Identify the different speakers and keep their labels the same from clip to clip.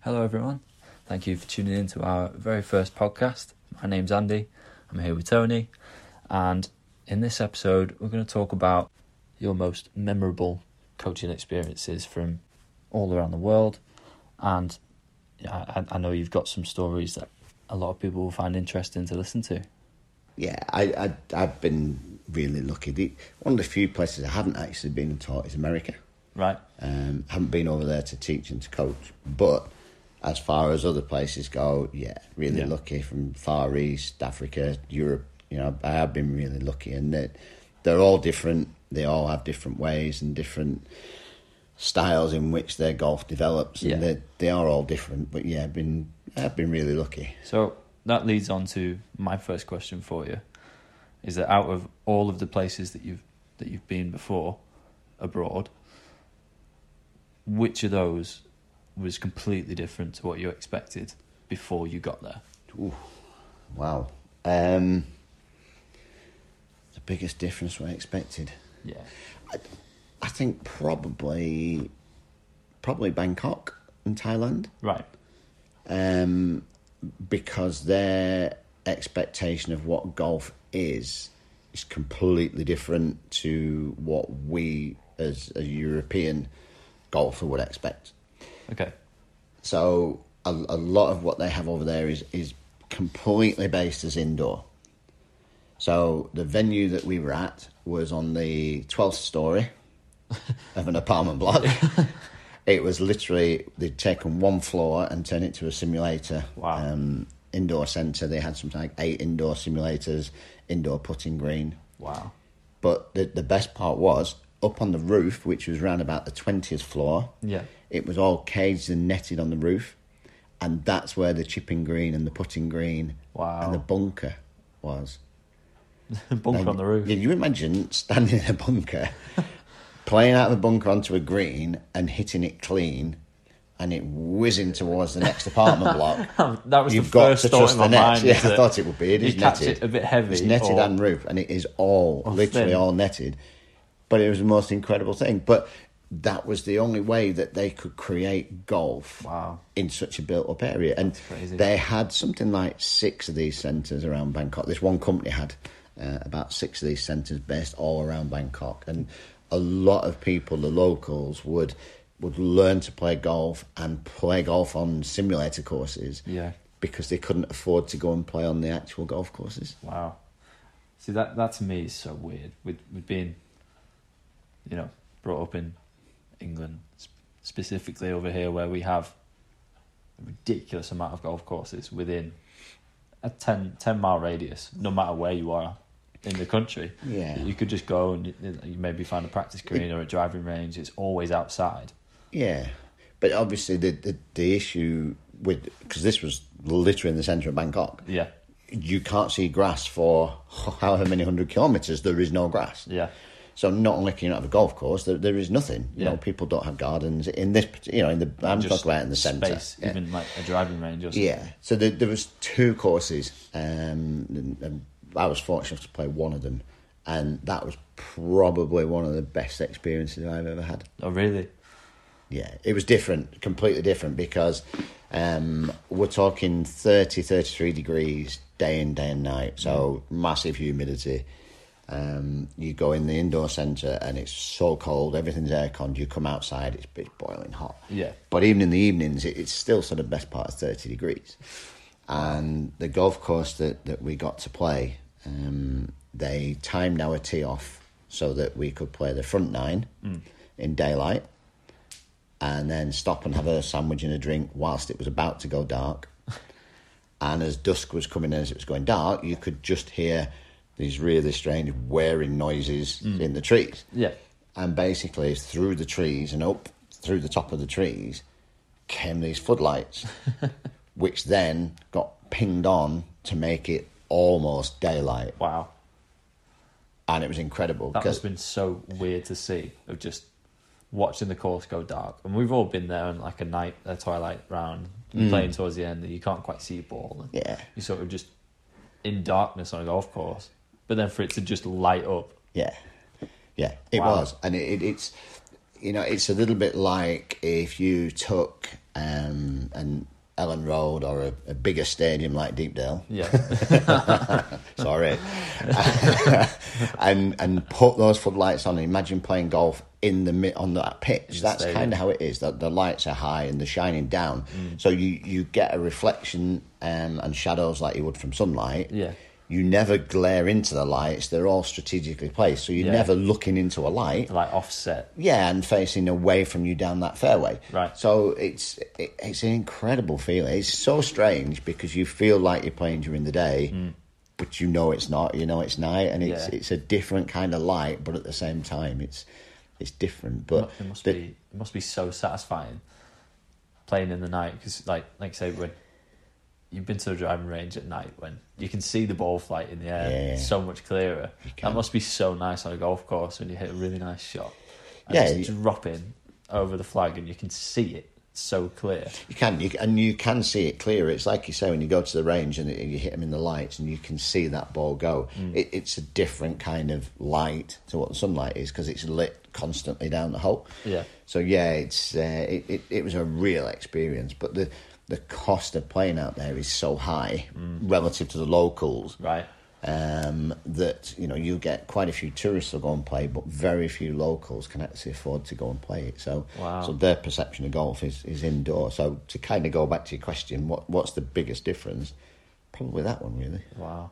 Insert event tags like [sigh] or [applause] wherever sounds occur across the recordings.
Speaker 1: Hello, everyone. Thank you for tuning in to our very first podcast. My name's Andy. I'm here with Tony. And in this episode, we're going to talk about your most memorable coaching experiences from all around the world. And yeah, I, I know you've got some stories that a lot of people will find interesting to listen to.
Speaker 2: Yeah, I, I I've been really lucky. The, one of the few places I haven't actually been and taught is America.
Speaker 1: Right.
Speaker 2: Um, haven't been over there to teach and to coach, but as far as other places go, yeah, really
Speaker 1: Yeah.
Speaker 2: lucky from Far East, Africa, Europe. You know, I have been really lucky, and that they're all different. They all have different ways and different styles in which their golf develops, and
Speaker 1: Yeah.
Speaker 2: they they are all different. But yeah, I've been I've been really lucky.
Speaker 1: So that leads on to my first question for you: is that out of all of the places that you've that you've been before abroad, which of those was completely different to what you expected before you got there?
Speaker 2: Wow. Um, the biggest difference we expected.
Speaker 1: Yeah,
Speaker 2: I think probably, probably Bangkok and Thailand,
Speaker 1: right.
Speaker 2: um, because their expectation of what golf is is completely different to what we as a European golfer would expect.
Speaker 1: Okay,
Speaker 2: So a, a lot of what they have over there is is completely based as indoor. So the venue that we were at was on the twelfth story of an apartment block. it was literally they'd taken one floor and turned it to a simulator.
Speaker 1: Wow.
Speaker 2: Um, indoor centre. They had something like eight indoor simulators, indoor putting green.
Speaker 1: wow.
Speaker 2: But the the best part was up on the roof, which was round about the twentieth floor.
Speaker 1: [laughs] Yeah,
Speaker 2: It was all caged and netted on the roof, and that's where the chipping green and the putting green
Speaker 1: Wow.
Speaker 2: and the bunker was.
Speaker 1: bunker on the roof.
Speaker 2: Can Um, you imagine standing in a bunker, [laughs] playing out of a bunker onto a green and hitting it clean, and it whizzing towards the next
Speaker 1: [laughs]
Speaker 2: apartment block?
Speaker 1: [laughs] that was
Speaker 2: You've
Speaker 1: the
Speaker 2: got
Speaker 1: first
Speaker 2: to
Speaker 1: thought
Speaker 2: trust
Speaker 1: in
Speaker 2: the
Speaker 1: my
Speaker 2: net.
Speaker 1: mind.
Speaker 2: yeah,
Speaker 1: is
Speaker 2: I
Speaker 1: that
Speaker 2: thought it would be. It
Speaker 1: you
Speaker 2: is
Speaker 1: catch
Speaker 2: netted.
Speaker 1: it a bit heavy.
Speaker 2: It's netted
Speaker 1: or-
Speaker 2: and roof, and it is all literally
Speaker 1: Oh, thin.
Speaker 2: all netted. But it was the most incredible thing. But that was the only way that they could create golf
Speaker 1: Wow.
Speaker 2: in such a built-up area. And
Speaker 1: crazy.
Speaker 2: they had something like six of these centres around Bangkok. This one company had uh, about six of these centres based all around Bangkok, and a lot of people, the locals, would would learn to play golf and play golf on simulator courses
Speaker 1: Yeah.
Speaker 2: because they couldn't afford to go and play on the actual golf courses.
Speaker 1: Wow. See that that to me is so weird with with being, you know, brought up in England, sp- specifically over here where we have a ridiculous amount of golf courses within a 10, 10 mile radius, no matter where you are in the country.
Speaker 2: Yeah.
Speaker 1: You could just go and you- you maybe find a practice green or a driving range. It's always outside.
Speaker 2: Yeah, but obviously the the, the issue with because this was literally in the centre of Bangkok,
Speaker 1: Yeah.
Speaker 2: you can't see grass for [laughs] however many hundred kilometres. There is no grass.
Speaker 1: Yeah.
Speaker 2: So not only can you not have a golf course, there, there is nothing. You
Speaker 1: Yeah.
Speaker 2: know, people don't have gardens in this. You know, in the I'm
Speaker 1: Just
Speaker 2: talking about in the centre.
Speaker 1: Space,
Speaker 2: Yeah.
Speaker 1: even like a driving range or something.
Speaker 2: Yeah. So there, there was two courses, um, and, and I was fortunate to play one of them, and that was probably one of the best experiences I've ever had.
Speaker 1: Oh, really?
Speaker 2: Yeah, it was different, completely different because um, we're talking 30, 33 degrees day in, day and night. So massive humidity. Um, you go in the indoor centre and it's so cold, everything's aircon. You come outside, it's, it's boiling hot.
Speaker 1: Yeah.
Speaker 2: But even in the evenings, it, it's still sort of best part of 30 degrees. And the golf course that, that we got to play, um, they timed our tee off so that we could play the front nine in daylight and then stop and have a sandwich and a drink whilst it was about to go dark. And as dusk was coming in, as it was going dark, you could just hear these really strange whirring noises in the trees.
Speaker 1: Yeah.
Speaker 2: And basically, through the trees and up through the top of the trees came these floodlights, which then got pinged on to make it almost daylight.
Speaker 1: Wow.
Speaker 2: And it was incredible.
Speaker 1: That
Speaker 2: because-
Speaker 1: must have been so weird to see of just watching the course go dark. And we've all been there on like a night, a twilight round, playing towards the end, and you can't quite see your ball. And
Speaker 2: Mm. Yeah.
Speaker 1: You're sort of just in darkness on a golf course. But then for it to just light up.
Speaker 2: Yeah, yeah, it
Speaker 1: Wow.
Speaker 2: was, and it, it, it's you know it's a little bit like if you took um, and Ellen Road or a, a bigger stadium like Deepdale.
Speaker 1: Yeah. [laughs]
Speaker 2: Sorry, [laughs] and and put those floodlights on. Imagine playing golf in the mi- on that pitch.
Speaker 1: the
Speaker 2: That's
Speaker 1: stadium. Mm.
Speaker 2: kind of how it is. That the lights are high and they're shining down, so you you get a reflection um, and shadows like you would from sunlight.
Speaker 1: Yeah.
Speaker 2: You never glare into the lights. They're all strategically placed, so you're
Speaker 1: Yeah.
Speaker 2: never looking into a
Speaker 1: [laughs]
Speaker 2: light.
Speaker 1: like offset.
Speaker 2: Yeah, and facing away from you down that fairway.
Speaker 1: Right.
Speaker 2: So it's it, it's an incredible feeling. It's so strange because you feel like you're playing during the day, but you know it's not. You know it's night, and it's
Speaker 1: Hmm. Yeah.
Speaker 2: it's a different kind of light, but at the same time, it's it's different. But
Speaker 1: It must
Speaker 2: the-
Speaker 1: be. It must be so satisfying playing in the night because, like, like say when you've been to a driving range at night when you can see the ball flight in the air
Speaker 2: Yeah, yeah.
Speaker 1: so much clearer. That
Speaker 2: can.
Speaker 1: must be so nice on a golf course when you hit a really nice shot. And
Speaker 2: Yeah,
Speaker 1: it's
Speaker 2: you-
Speaker 1: dropping over the flag and you can see it so clear.
Speaker 2: You can, you, and you can see it clear. It's like you say when you go to the range and you hit them in the lights, and you can see that ball go. It, it's a different kind of light to what the sunlight is because it's lit constantly down the hole.
Speaker 1: Yeah.
Speaker 2: So yeah, it's uh, it, it it was a real experience, but the the cost of playing out there is so high relative to the locals
Speaker 1: Right.
Speaker 2: um, that you know you get quite a few tourists will go and play, but very few locals can actually afford to go and play it. So,
Speaker 1: Wow.
Speaker 2: so their perception of golf is, is indoor. So to kind of go back to your question, what what's the biggest difference? Probably that one, really.
Speaker 1: Wow.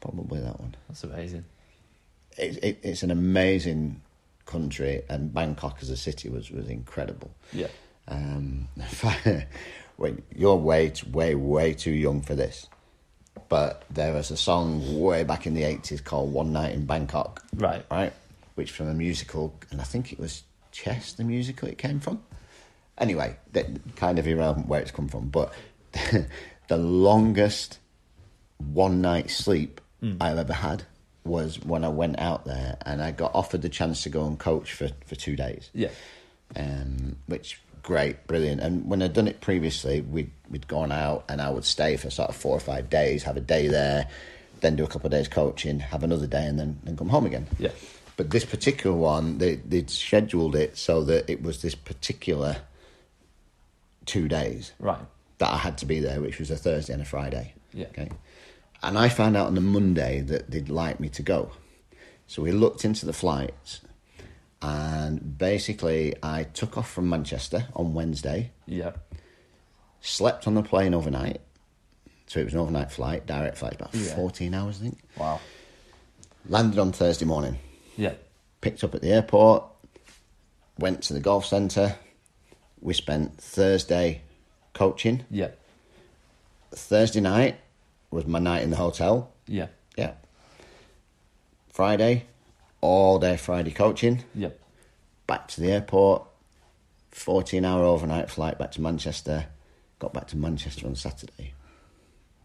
Speaker 2: Probably that one.
Speaker 1: That's amazing.
Speaker 2: It, it, it's an amazing country, and Bangkok as a city was was incredible.
Speaker 1: Yeah.
Speaker 2: Um, [laughs] when you're way, t- way, way too young for this, but there was a song way back in the eighties called "One Night in Bangkok,"
Speaker 1: Right.
Speaker 2: right? Which from a musical, and I think it was Chess, the musical it came from. Anyway, that kind of irrelevant where it's come from, but [laughs] the longest one night sleep I've ever had was when I went out there and I got offered the chance to go and coach for, for two days
Speaker 1: Yeah.
Speaker 2: um, which great, brilliant. And when I'd done it previously, we'd we'd gone out and I would stay for sort of four or five days, have a day there, then do a couple of days coaching, have another day, and then then come home again.
Speaker 1: Yeah.
Speaker 2: But this particular one, they they'd scheduled it so that it was this particular two days
Speaker 1: Right.
Speaker 2: that I had to be there, which was a Thursday and a Friday.
Speaker 1: Yeah.
Speaker 2: Okay. And I found out on the Monday that they'd like me to go. So we looked into the flights and basically I took off from Manchester on Wednesday,
Speaker 1: Yeah.
Speaker 2: slept on the plane overnight. So it was an overnight flight, direct flight, about
Speaker 1: Yeah.
Speaker 2: 14 hours, I think.
Speaker 1: Wow.
Speaker 2: Landed on Thursday morning,
Speaker 1: Yeah.
Speaker 2: picked up at the airport, went to the golf centre. We spent Thursday coaching.
Speaker 1: Yeah.
Speaker 2: Thursday night was my night in the hotel.
Speaker 1: Yeah.
Speaker 2: Yeah. Friday, all day Friday coaching,
Speaker 1: Yeah.
Speaker 2: back to the airport, 14 hour overnight flight back to Manchester, got back to Manchester on Saturday.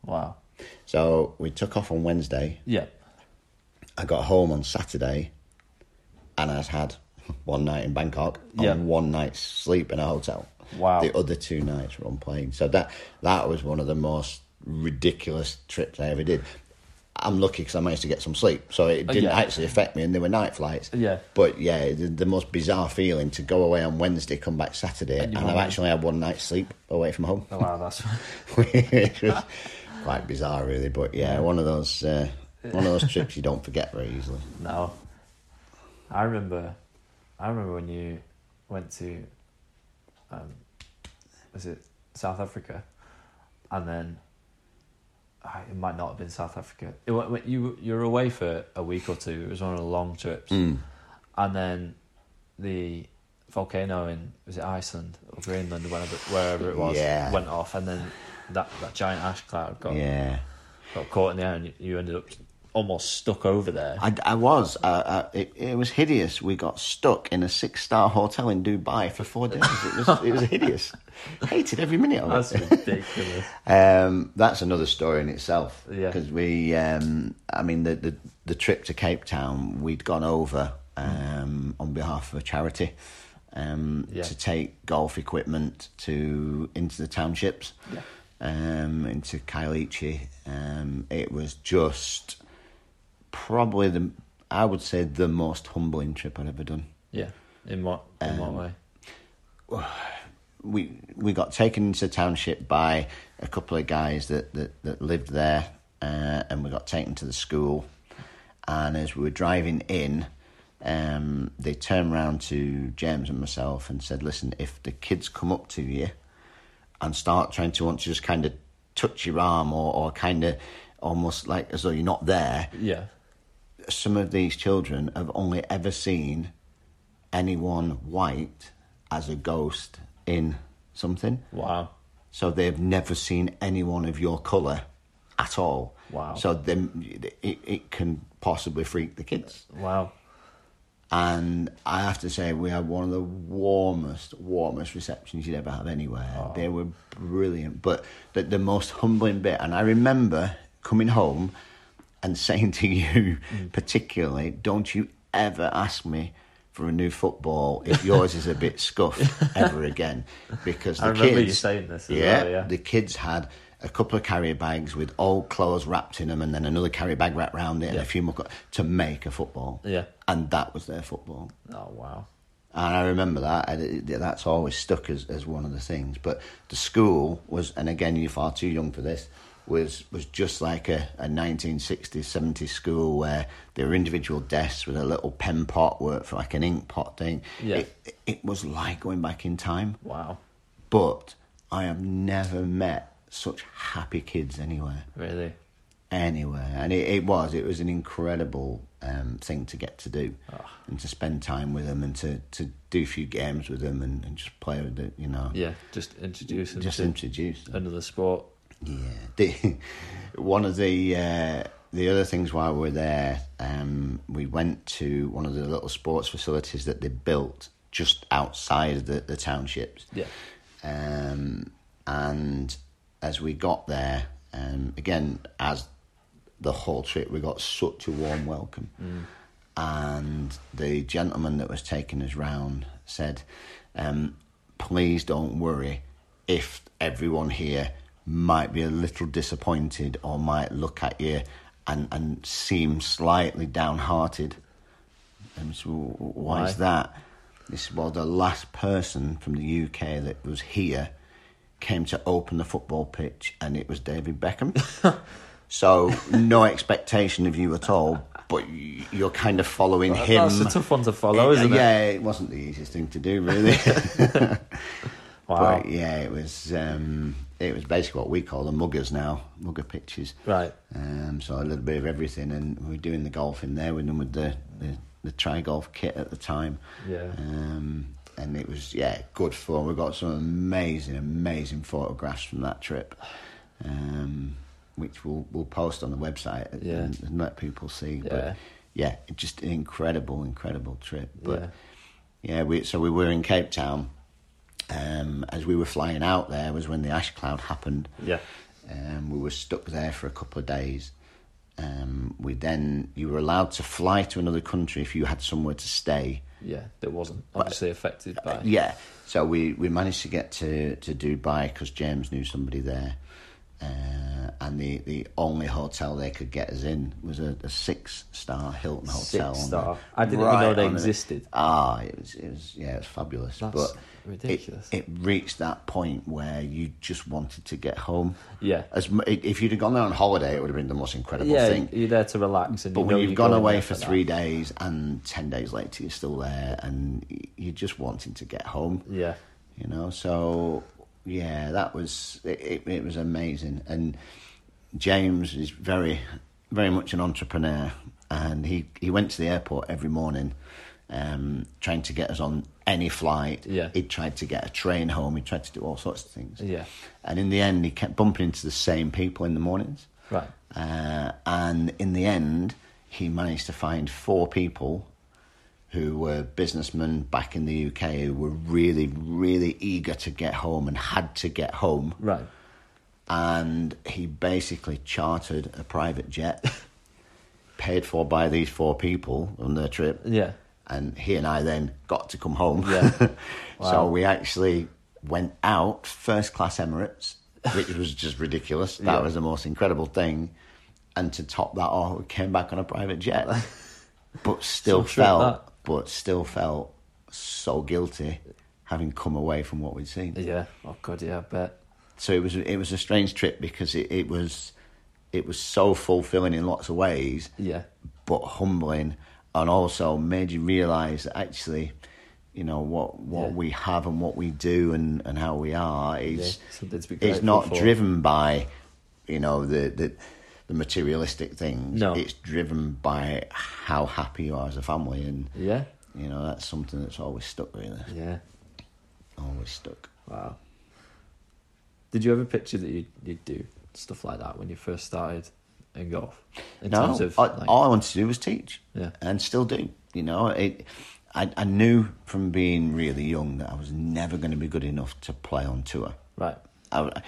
Speaker 1: Wow.
Speaker 2: So we took off on Wednesday.
Speaker 1: Yeah.
Speaker 2: I got home on Saturday and I'd had [laughs] one night in Bangkok and
Speaker 1: Yeah.
Speaker 2: one night's sleep in a hotel.
Speaker 1: Wow.
Speaker 2: The other two nights were on plane. So that that was one of the most ridiculous trips I ever did. I'm lucky because I managed to get some sleep, so it didn't
Speaker 1: Oh, yeah.
Speaker 2: actually affect me, and they were night flights.
Speaker 1: Yeah.
Speaker 2: But yeah, the, the most bizarre feeling to go away on Wednesday, come back Saturday, and,
Speaker 1: you
Speaker 2: I've
Speaker 1: haven't-
Speaker 2: actually had one night's sleep away from home, [laughs]
Speaker 1: Oh, wow. That's. [laughs]
Speaker 2: which was quite bizarre, really. But yeah, one of those uh, one of those trips you don't forget very easily.
Speaker 1: No. I remember I remember when you went to um was it South Africa? And then I it might not have been South Africa. It, wa- wa- you you were away for a week or two. It was one of the long trips.
Speaker 2: Hmm.
Speaker 1: And then the volcano in was it Iceland or Greenland or wherever, wherever it was
Speaker 2: Yeah.
Speaker 1: went off and then that, that giant ash cloud got
Speaker 2: Yeah.
Speaker 1: got caught in the air and you, you ended up almost stuck over there.
Speaker 2: I, I was. Uh, I, it, it was hideous. We got stuck in a six-star hotel in Dubai for four days. It was, it was hideous. Hated every minute of it.
Speaker 1: That's [laughs] ridiculous.
Speaker 2: Um, that's another story in itself.
Speaker 1: Yeah.
Speaker 2: Because we, um, I mean, the, the the trip to Cape Town, we'd gone over um, on behalf of a charity um,
Speaker 1: Yeah.
Speaker 2: to take golf equipment to into the townships,
Speaker 1: Yeah.
Speaker 2: um, into Kailichi. Um, it was just probably the, I would say, the most humbling trip I'd ever done.
Speaker 1: Yeah. In what in what way?
Speaker 2: we we got taken into township by a couple of guys that that, that lived there, uh, and we got taken to the school. And as we were driving in, um, they turned round to James and myself and said, "Listen, if the kids come up to you and start trying to want to just kind of touch your arm or or kind of almost like as though you're not there,
Speaker 1: Yeah.
Speaker 2: some of these children have only ever seen anyone white as a ghost in something.
Speaker 1: Wow.
Speaker 2: So they've never seen anyone of your colour at all.
Speaker 1: Wow.
Speaker 2: So then it, it can possibly freak the kids.
Speaker 1: Wow.
Speaker 2: And I have to say, we had one of the warmest, warmest receptions you'd ever have anywhere. They were brilliant. But the, the most humbling bit, and I remember coming home and saying
Speaker 1: [laughs]
Speaker 2: to you,
Speaker 1: Mm.
Speaker 2: particularly, don't you ever ask me for a new football if yours is a
Speaker 1: [laughs]
Speaker 2: bit scuffed ever again. Because the
Speaker 1: I remember you
Speaker 2: kids,
Speaker 1: saying this as
Speaker 2: yeah,
Speaker 1: well, yeah.
Speaker 2: the kids had a couple of carrier bags with old clothes wrapped in them, and then another carrier bag wrapped around it, and
Speaker 1: Yeah.
Speaker 2: a few more clo- to make a football.
Speaker 1: Yeah.
Speaker 2: and that was their football.
Speaker 1: Oh wow.
Speaker 2: And I remember that. and it- it- that's always stuck as, as one of the things. But the school was, and again, you're far too young for this. Was was just like a, a 1960s, 70s school where there were individual desks with a little pen pot worked for like an ink pot thing.
Speaker 1: Yeah.
Speaker 2: It, it was like going back in time
Speaker 1: Wow.
Speaker 2: but I have never met such happy kids anywhere,
Speaker 1: Really.
Speaker 2: anywhere. And it, it was, it was an incredible um, thing to get to do and to spend time with them and to, to do a few games with them and, and just play with it, you know,
Speaker 1: Yeah. Uh, Just introduce him
Speaker 2: just
Speaker 1: to
Speaker 2: introduce them.
Speaker 1: another sport.
Speaker 2: Yeah. The, [laughs] one of the uh, the other things while we were there, um, we went to one of the little sports facilities that they built just outside of the, the townships.
Speaker 1: Yeah.
Speaker 2: Um, and as we got there, um, again, as the whole trip, we got such a warm welcome. And the gentleman that was taking us round said, um, Please don't worry if everyone here might be a little disappointed or might look at you and, and seem slightly downhearted. And so, why,
Speaker 1: Why?
Speaker 2: is that? This well, the last person from the UK that was here came to open the football pitch, and it was
Speaker 1: [laughs]
Speaker 2: David Beckham. so no expectation of you at all, but y- you're kind of following him.
Speaker 1: That's a tough one to follow, isn't it?
Speaker 2: yeah, it wasn't the easiest thing to do, really.
Speaker 1: [laughs] Wow.
Speaker 2: but yeah, it was. Um, it was basically what we call the muggers now, mugger pitches.
Speaker 1: Right.
Speaker 2: Um, so a little bit of everything, and we were doing the golf in there. We done with the the, the tri golf kit at the time.
Speaker 1: Yeah.
Speaker 2: Um, and it was yeah, good fun. We got some amazing, amazing photographs from that trip, um, which we'll we'll post on the website and,
Speaker 1: Yeah.
Speaker 2: and let people see.
Speaker 1: Yeah.
Speaker 2: But yeah, it- just an incredible, incredible trip. But
Speaker 1: Yeah.
Speaker 2: yeah, we so we were in Cape Town. Um, as we were flying out, there was when the ash cloud happened.
Speaker 1: Yeah.
Speaker 2: Um, we were stuck there for a couple of days. Um, we then you were allowed to fly to another country if you had somewhere to stay.
Speaker 1: Yeah. That wasn't obviously affected by.
Speaker 2: Yeah, so we, we managed to get to to Dubai because James knew somebody there, uh, and the, the only hotel they could get us in was a, a six star Hilton hotel.
Speaker 1: Six
Speaker 2: on
Speaker 1: star.
Speaker 2: the-
Speaker 1: I didn't even
Speaker 2: right
Speaker 1: know they
Speaker 2: on the-
Speaker 1: existed.
Speaker 2: Ah, it was it was yeah, it was fabulous.
Speaker 1: That's
Speaker 2: but
Speaker 1: ridiculous.
Speaker 2: It, it reached that point where you just wanted to get home.
Speaker 1: Yeah.
Speaker 2: As mu- if you'd have gone there on holiday, it would have been the most incredible
Speaker 1: Yeah.
Speaker 2: thing.
Speaker 1: You're there to relax, and
Speaker 2: But
Speaker 1: you
Speaker 2: when
Speaker 1: know
Speaker 2: you've
Speaker 1: you're
Speaker 2: gone
Speaker 1: going
Speaker 2: away
Speaker 1: there
Speaker 2: for
Speaker 1: that.
Speaker 2: three days and ten days later you're still there and y- you're just wanting to get home,
Speaker 1: Yeah.
Speaker 2: you know. So yeah, that was it. It, it was amazing. And James is very, very much an entrepreneur, and he he went to the airport every morning. Um, trying to get us on any flight.
Speaker 1: Yeah.
Speaker 2: He tried to get a train home. He tried to do all sorts of things.
Speaker 1: Yeah.
Speaker 2: And in the end, he kept bumping into the same people in the mornings.
Speaker 1: Right.
Speaker 2: Uh, and in the end, he managed to find four people who were businessmen back in the UK who were really, really eager to get home and had to get home.
Speaker 1: Right.
Speaker 2: And he basically chartered a private jet [laughs] paid for by these four people on their trip
Speaker 1: Yeah.
Speaker 2: and he and I then got to come home.
Speaker 1: Yeah. Wow.
Speaker 2: [laughs] so we actually went out first class Emirates, which was just ridiculous. That
Speaker 1: Yeah.
Speaker 2: was the most incredible thing. And to top that off, we came back on a
Speaker 1: [laughs]
Speaker 2: private jet, but still
Speaker 1: Some trip
Speaker 2: felt,
Speaker 1: that.
Speaker 2: but still felt so guilty having come away from what we'd seen.
Speaker 1: Yeah. Oh god, yeah, I bet.
Speaker 2: So it was it was a strange trip because it, it was it was so fulfilling in lots of ways,
Speaker 1: Yeah.
Speaker 2: but humbling, and also made you realise that actually, you know what what
Speaker 1: Yeah.
Speaker 2: we have and what we do and, and how we are is
Speaker 1: Yeah, something to be
Speaker 2: it's
Speaker 1: grateful
Speaker 2: not
Speaker 1: for.
Speaker 2: driven by, you know the the, the materialistic things.
Speaker 1: No.
Speaker 2: it's driven by how happy you are as a family, and
Speaker 1: Yeah.
Speaker 2: you know that's something that's always stuck. Really,
Speaker 1: Yeah.
Speaker 2: always stuck.
Speaker 1: Wow. Did you ever picture that you'd, you'd do stuff like that when you first started in golf? In
Speaker 2: no,
Speaker 1: terms of
Speaker 2: I,
Speaker 1: like,
Speaker 2: all I wanted to do was teach,
Speaker 1: Yeah.
Speaker 2: and still do. You know, it. I, I knew from being really young that I was never going to be good enough to play on tour.
Speaker 1: right.
Speaker 2: I,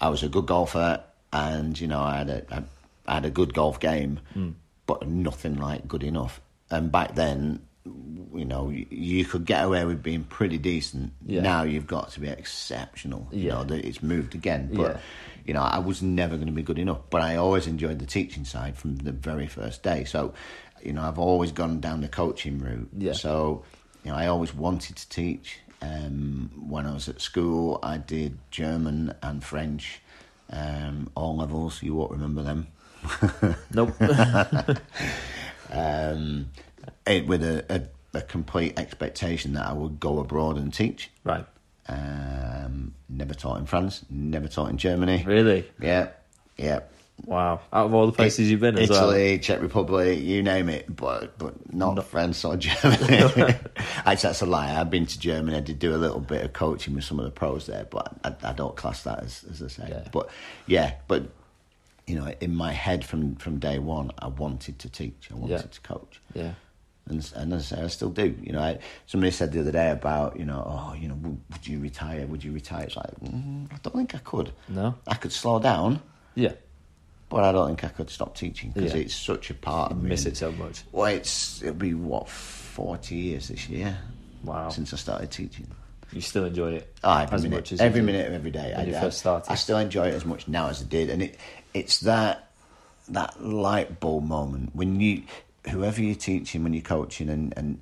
Speaker 2: I was a good golfer, and you know, I had a, I, I had a good golf game,
Speaker 1: Hmm.
Speaker 2: but nothing like good enough. And back then, you know, you, you could get away with being pretty decent.
Speaker 1: Yeah.
Speaker 2: Now you've got to be exceptional. You
Speaker 1: Yeah.
Speaker 2: know, that it's moved again, but.
Speaker 1: Yeah.
Speaker 2: You know, I was never going to be good enough, but I always enjoyed the teaching side from the very first day. So, you know, I've always gone down the coaching route.
Speaker 1: Yeah.
Speaker 2: So, you know, I always wanted to teach. Um, when I was at school, I did German and French, um, all levels. You won't remember them.
Speaker 1: Nope. [laughs]
Speaker 2: Um, it, with a, a, a complete expectation that I would go abroad and teach.
Speaker 1: right.
Speaker 2: Um, never taught in France, never taught in Germany.
Speaker 1: Really?
Speaker 2: Yeah, yeah.
Speaker 1: Wow. Out of all the places you've been as
Speaker 2: Italy, Czech Republic, you name it, but but not France or
Speaker 1: [laughs]
Speaker 2: Germany. [laughs] Actually, that's a lie. I've been to Germany. I did do a little bit of coaching with some of the pros there, but I, I don't class that as as a say.
Speaker 1: Yeah.
Speaker 2: But yeah, but you know, in my head from from day one, I wanted to teach. I wanted
Speaker 1: Yeah.
Speaker 2: to coach
Speaker 1: well. Yeah.
Speaker 2: and and as I say, I still do. You know, I, somebody said the other day about you know, oh, you know, would, would you retire? Would you retire? It's like mm, I don't think I could.
Speaker 1: No.
Speaker 2: I could slow down,
Speaker 1: Yeah.
Speaker 2: but I don't think I could stop teaching because
Speaker 1: Yeah.
Speaker 2: it's such a part of me.
Speaker 1: Miss it so much.
Speaker 2: Well, it's it'll be what forty years this year
Speaker 1: Wow.
Speaker 2: since I started teaching.
Speaker 1: You still enjoy it
Speaker 2: Oh, every
Speaker 1: as
Speaker 2: minute,
Speaker 1: much as you
Speaker 2: every
Speaker 1: did.
Speaker 2: minute of every day.
Speaker 1: when
Speaker 2: I,
Speaker 1: you
Speaker 2: I-
Speaker 1: first started.
Speaker 2: I still enjoy it as much now as I did, and it it's that that light bulb moment when you, whoever you're teaching, when you're coaching, and and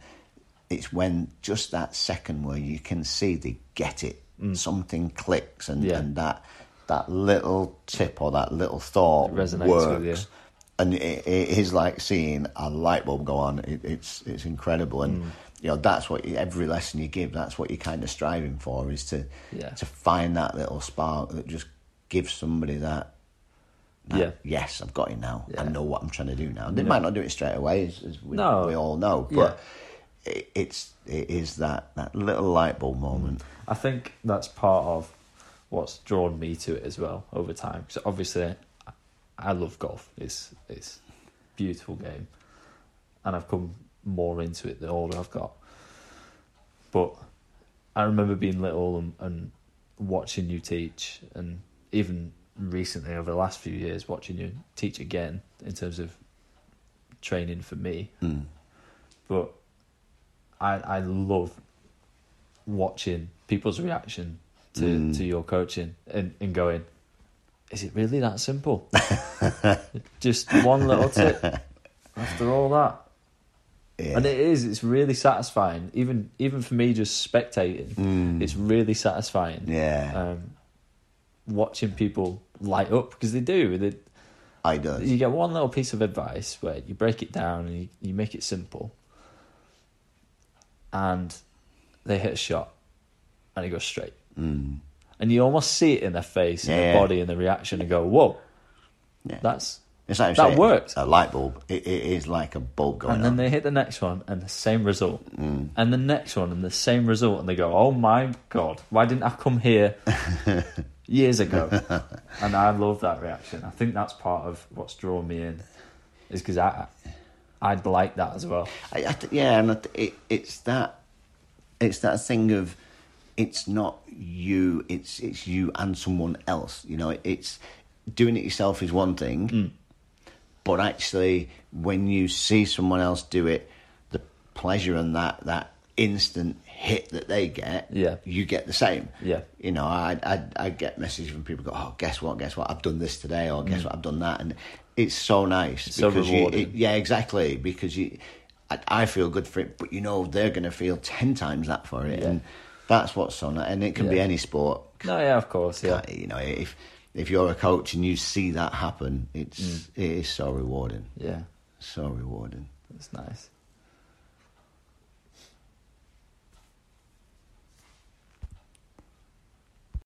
Speaker 2: it's when just that second where you can see they get it, something clicks, and
Speaker 1: Mm. Yeah.
Speaker 2: and that that little tip or that little thought
Speaker 1: It resonates
Speaker 2: works.
Speaker 1: with you.
Speaker 2: And it, it is like seeing a light bulb go on. It, it's it's incredible,
Speaker 1: Mm.
Speaker 2: and you know that's what you- every lesson you give. That's what you're kind of striving for is to
Speaker 1: Yeah.
Speaker 2: to find that little spark that just gives somebody that, that,
Speaker 1: Yeah.
Speaker 2: yes, I've got it now. I
Speaker 1: Yeah.
Speaker 2: know what I'm trying to do now. They might not do it straight away, as, as we,
Speaker 1: No.
Speaker 2: we all know, but it, it's it is that that little light bulb moment.
Speaker 1: I think that's part of what's drawn me to it as well over time. So obviously, I- I love golf. It's it's a beautiful game, and I've come more into it the older I've got. But I remember being little and, and watching you teach, and even recently over the last few years, watching you teach again in terms of training for me.
Speaker 2: Mm.
Speaker 1: But I I love watching people's reaction to,
Speaker 2: Mm.
Speaker 1: to your coaching and, and going, is it really that
Speaker 2: [laughs]
Speaker 1: simple? Just one little tip after all that.
Speaker 2: Yeah.
Speaker 1: Mm. And it is, it's really satisfying. Even even for me just spectating,
Speaker 2: Mm.
Speaker 1: it's really satisfying.
Speaker 2: yeah,
Speaker 1: Um, watching people light up because they do. They,
Speaker 2: I do.
Speaker 1: you get one little piece of advice where you break it down and you, you make it simple and they hit a shot and it goes straight
Speaker 2: Mm.
Speaker 1: and you almost see it in their face and
Speaker 2: Yeah,
Speaker 1: their
Speaker 2: yeah.
Speaker 1: body and the reaction and go whoa
Speaker 2: Yeah.
Speaker 1: that's
Speaker 2: It's like I'm
Speaker 1: That
Speaker 2: saying,
Speaker 1: worked.
Speaker 2: A light bulb. It, it is like a bulb going
Speaker 1: and then
Speaker 2: on.
Speaker 1: they hit the next one and the same result and the next one and the same result and they go oh my god why didn't i come here years ago and i love that reaction i think that's part of what's drawn me in is because i i'd like that as well
Speaker 2: I, I th- yeah, and I th- it, it's that it's that thing of it's not you, it's it's you and someone else. You know, it's doing it yourself is one thing,
Speaker 1: Mm.
Speaker 2: but actually, when you see someone else do it, the pleasure and that that instant hit that they get,
Speaker 1: Yeah.
Speaker 2: you get the same.
Speaker 1: Yeah.
Speaker 2: you know, I I, I get messages from people go, oh, guess what, guess what, I've done this today, or guess what, I've done that, and it's so nice
Speaker 1: Mm. so
Speaker 2: you-
Speaker 1: rewarding.
Speaker 2: it- yeah, exactly. Because you, I, I feel good for it, but you know they're going to feel ten times that for it,
Speaker 1: Yeah.
Speaker 2: and That's what's on, and it can be
Speaker 1: Yeah.
Speaker 2: any sport.
Speaker 1: No, yeah, of course, yeah.
Speaker 2: Can't- You know, if if you're a coach and you see
Speaker 1: Mm.
Speaker 2: that happen, it's it is so rewarding,
Speaker 1: Yeah,
Speaker 2: so rewarding.
Speaker 1: that's nice.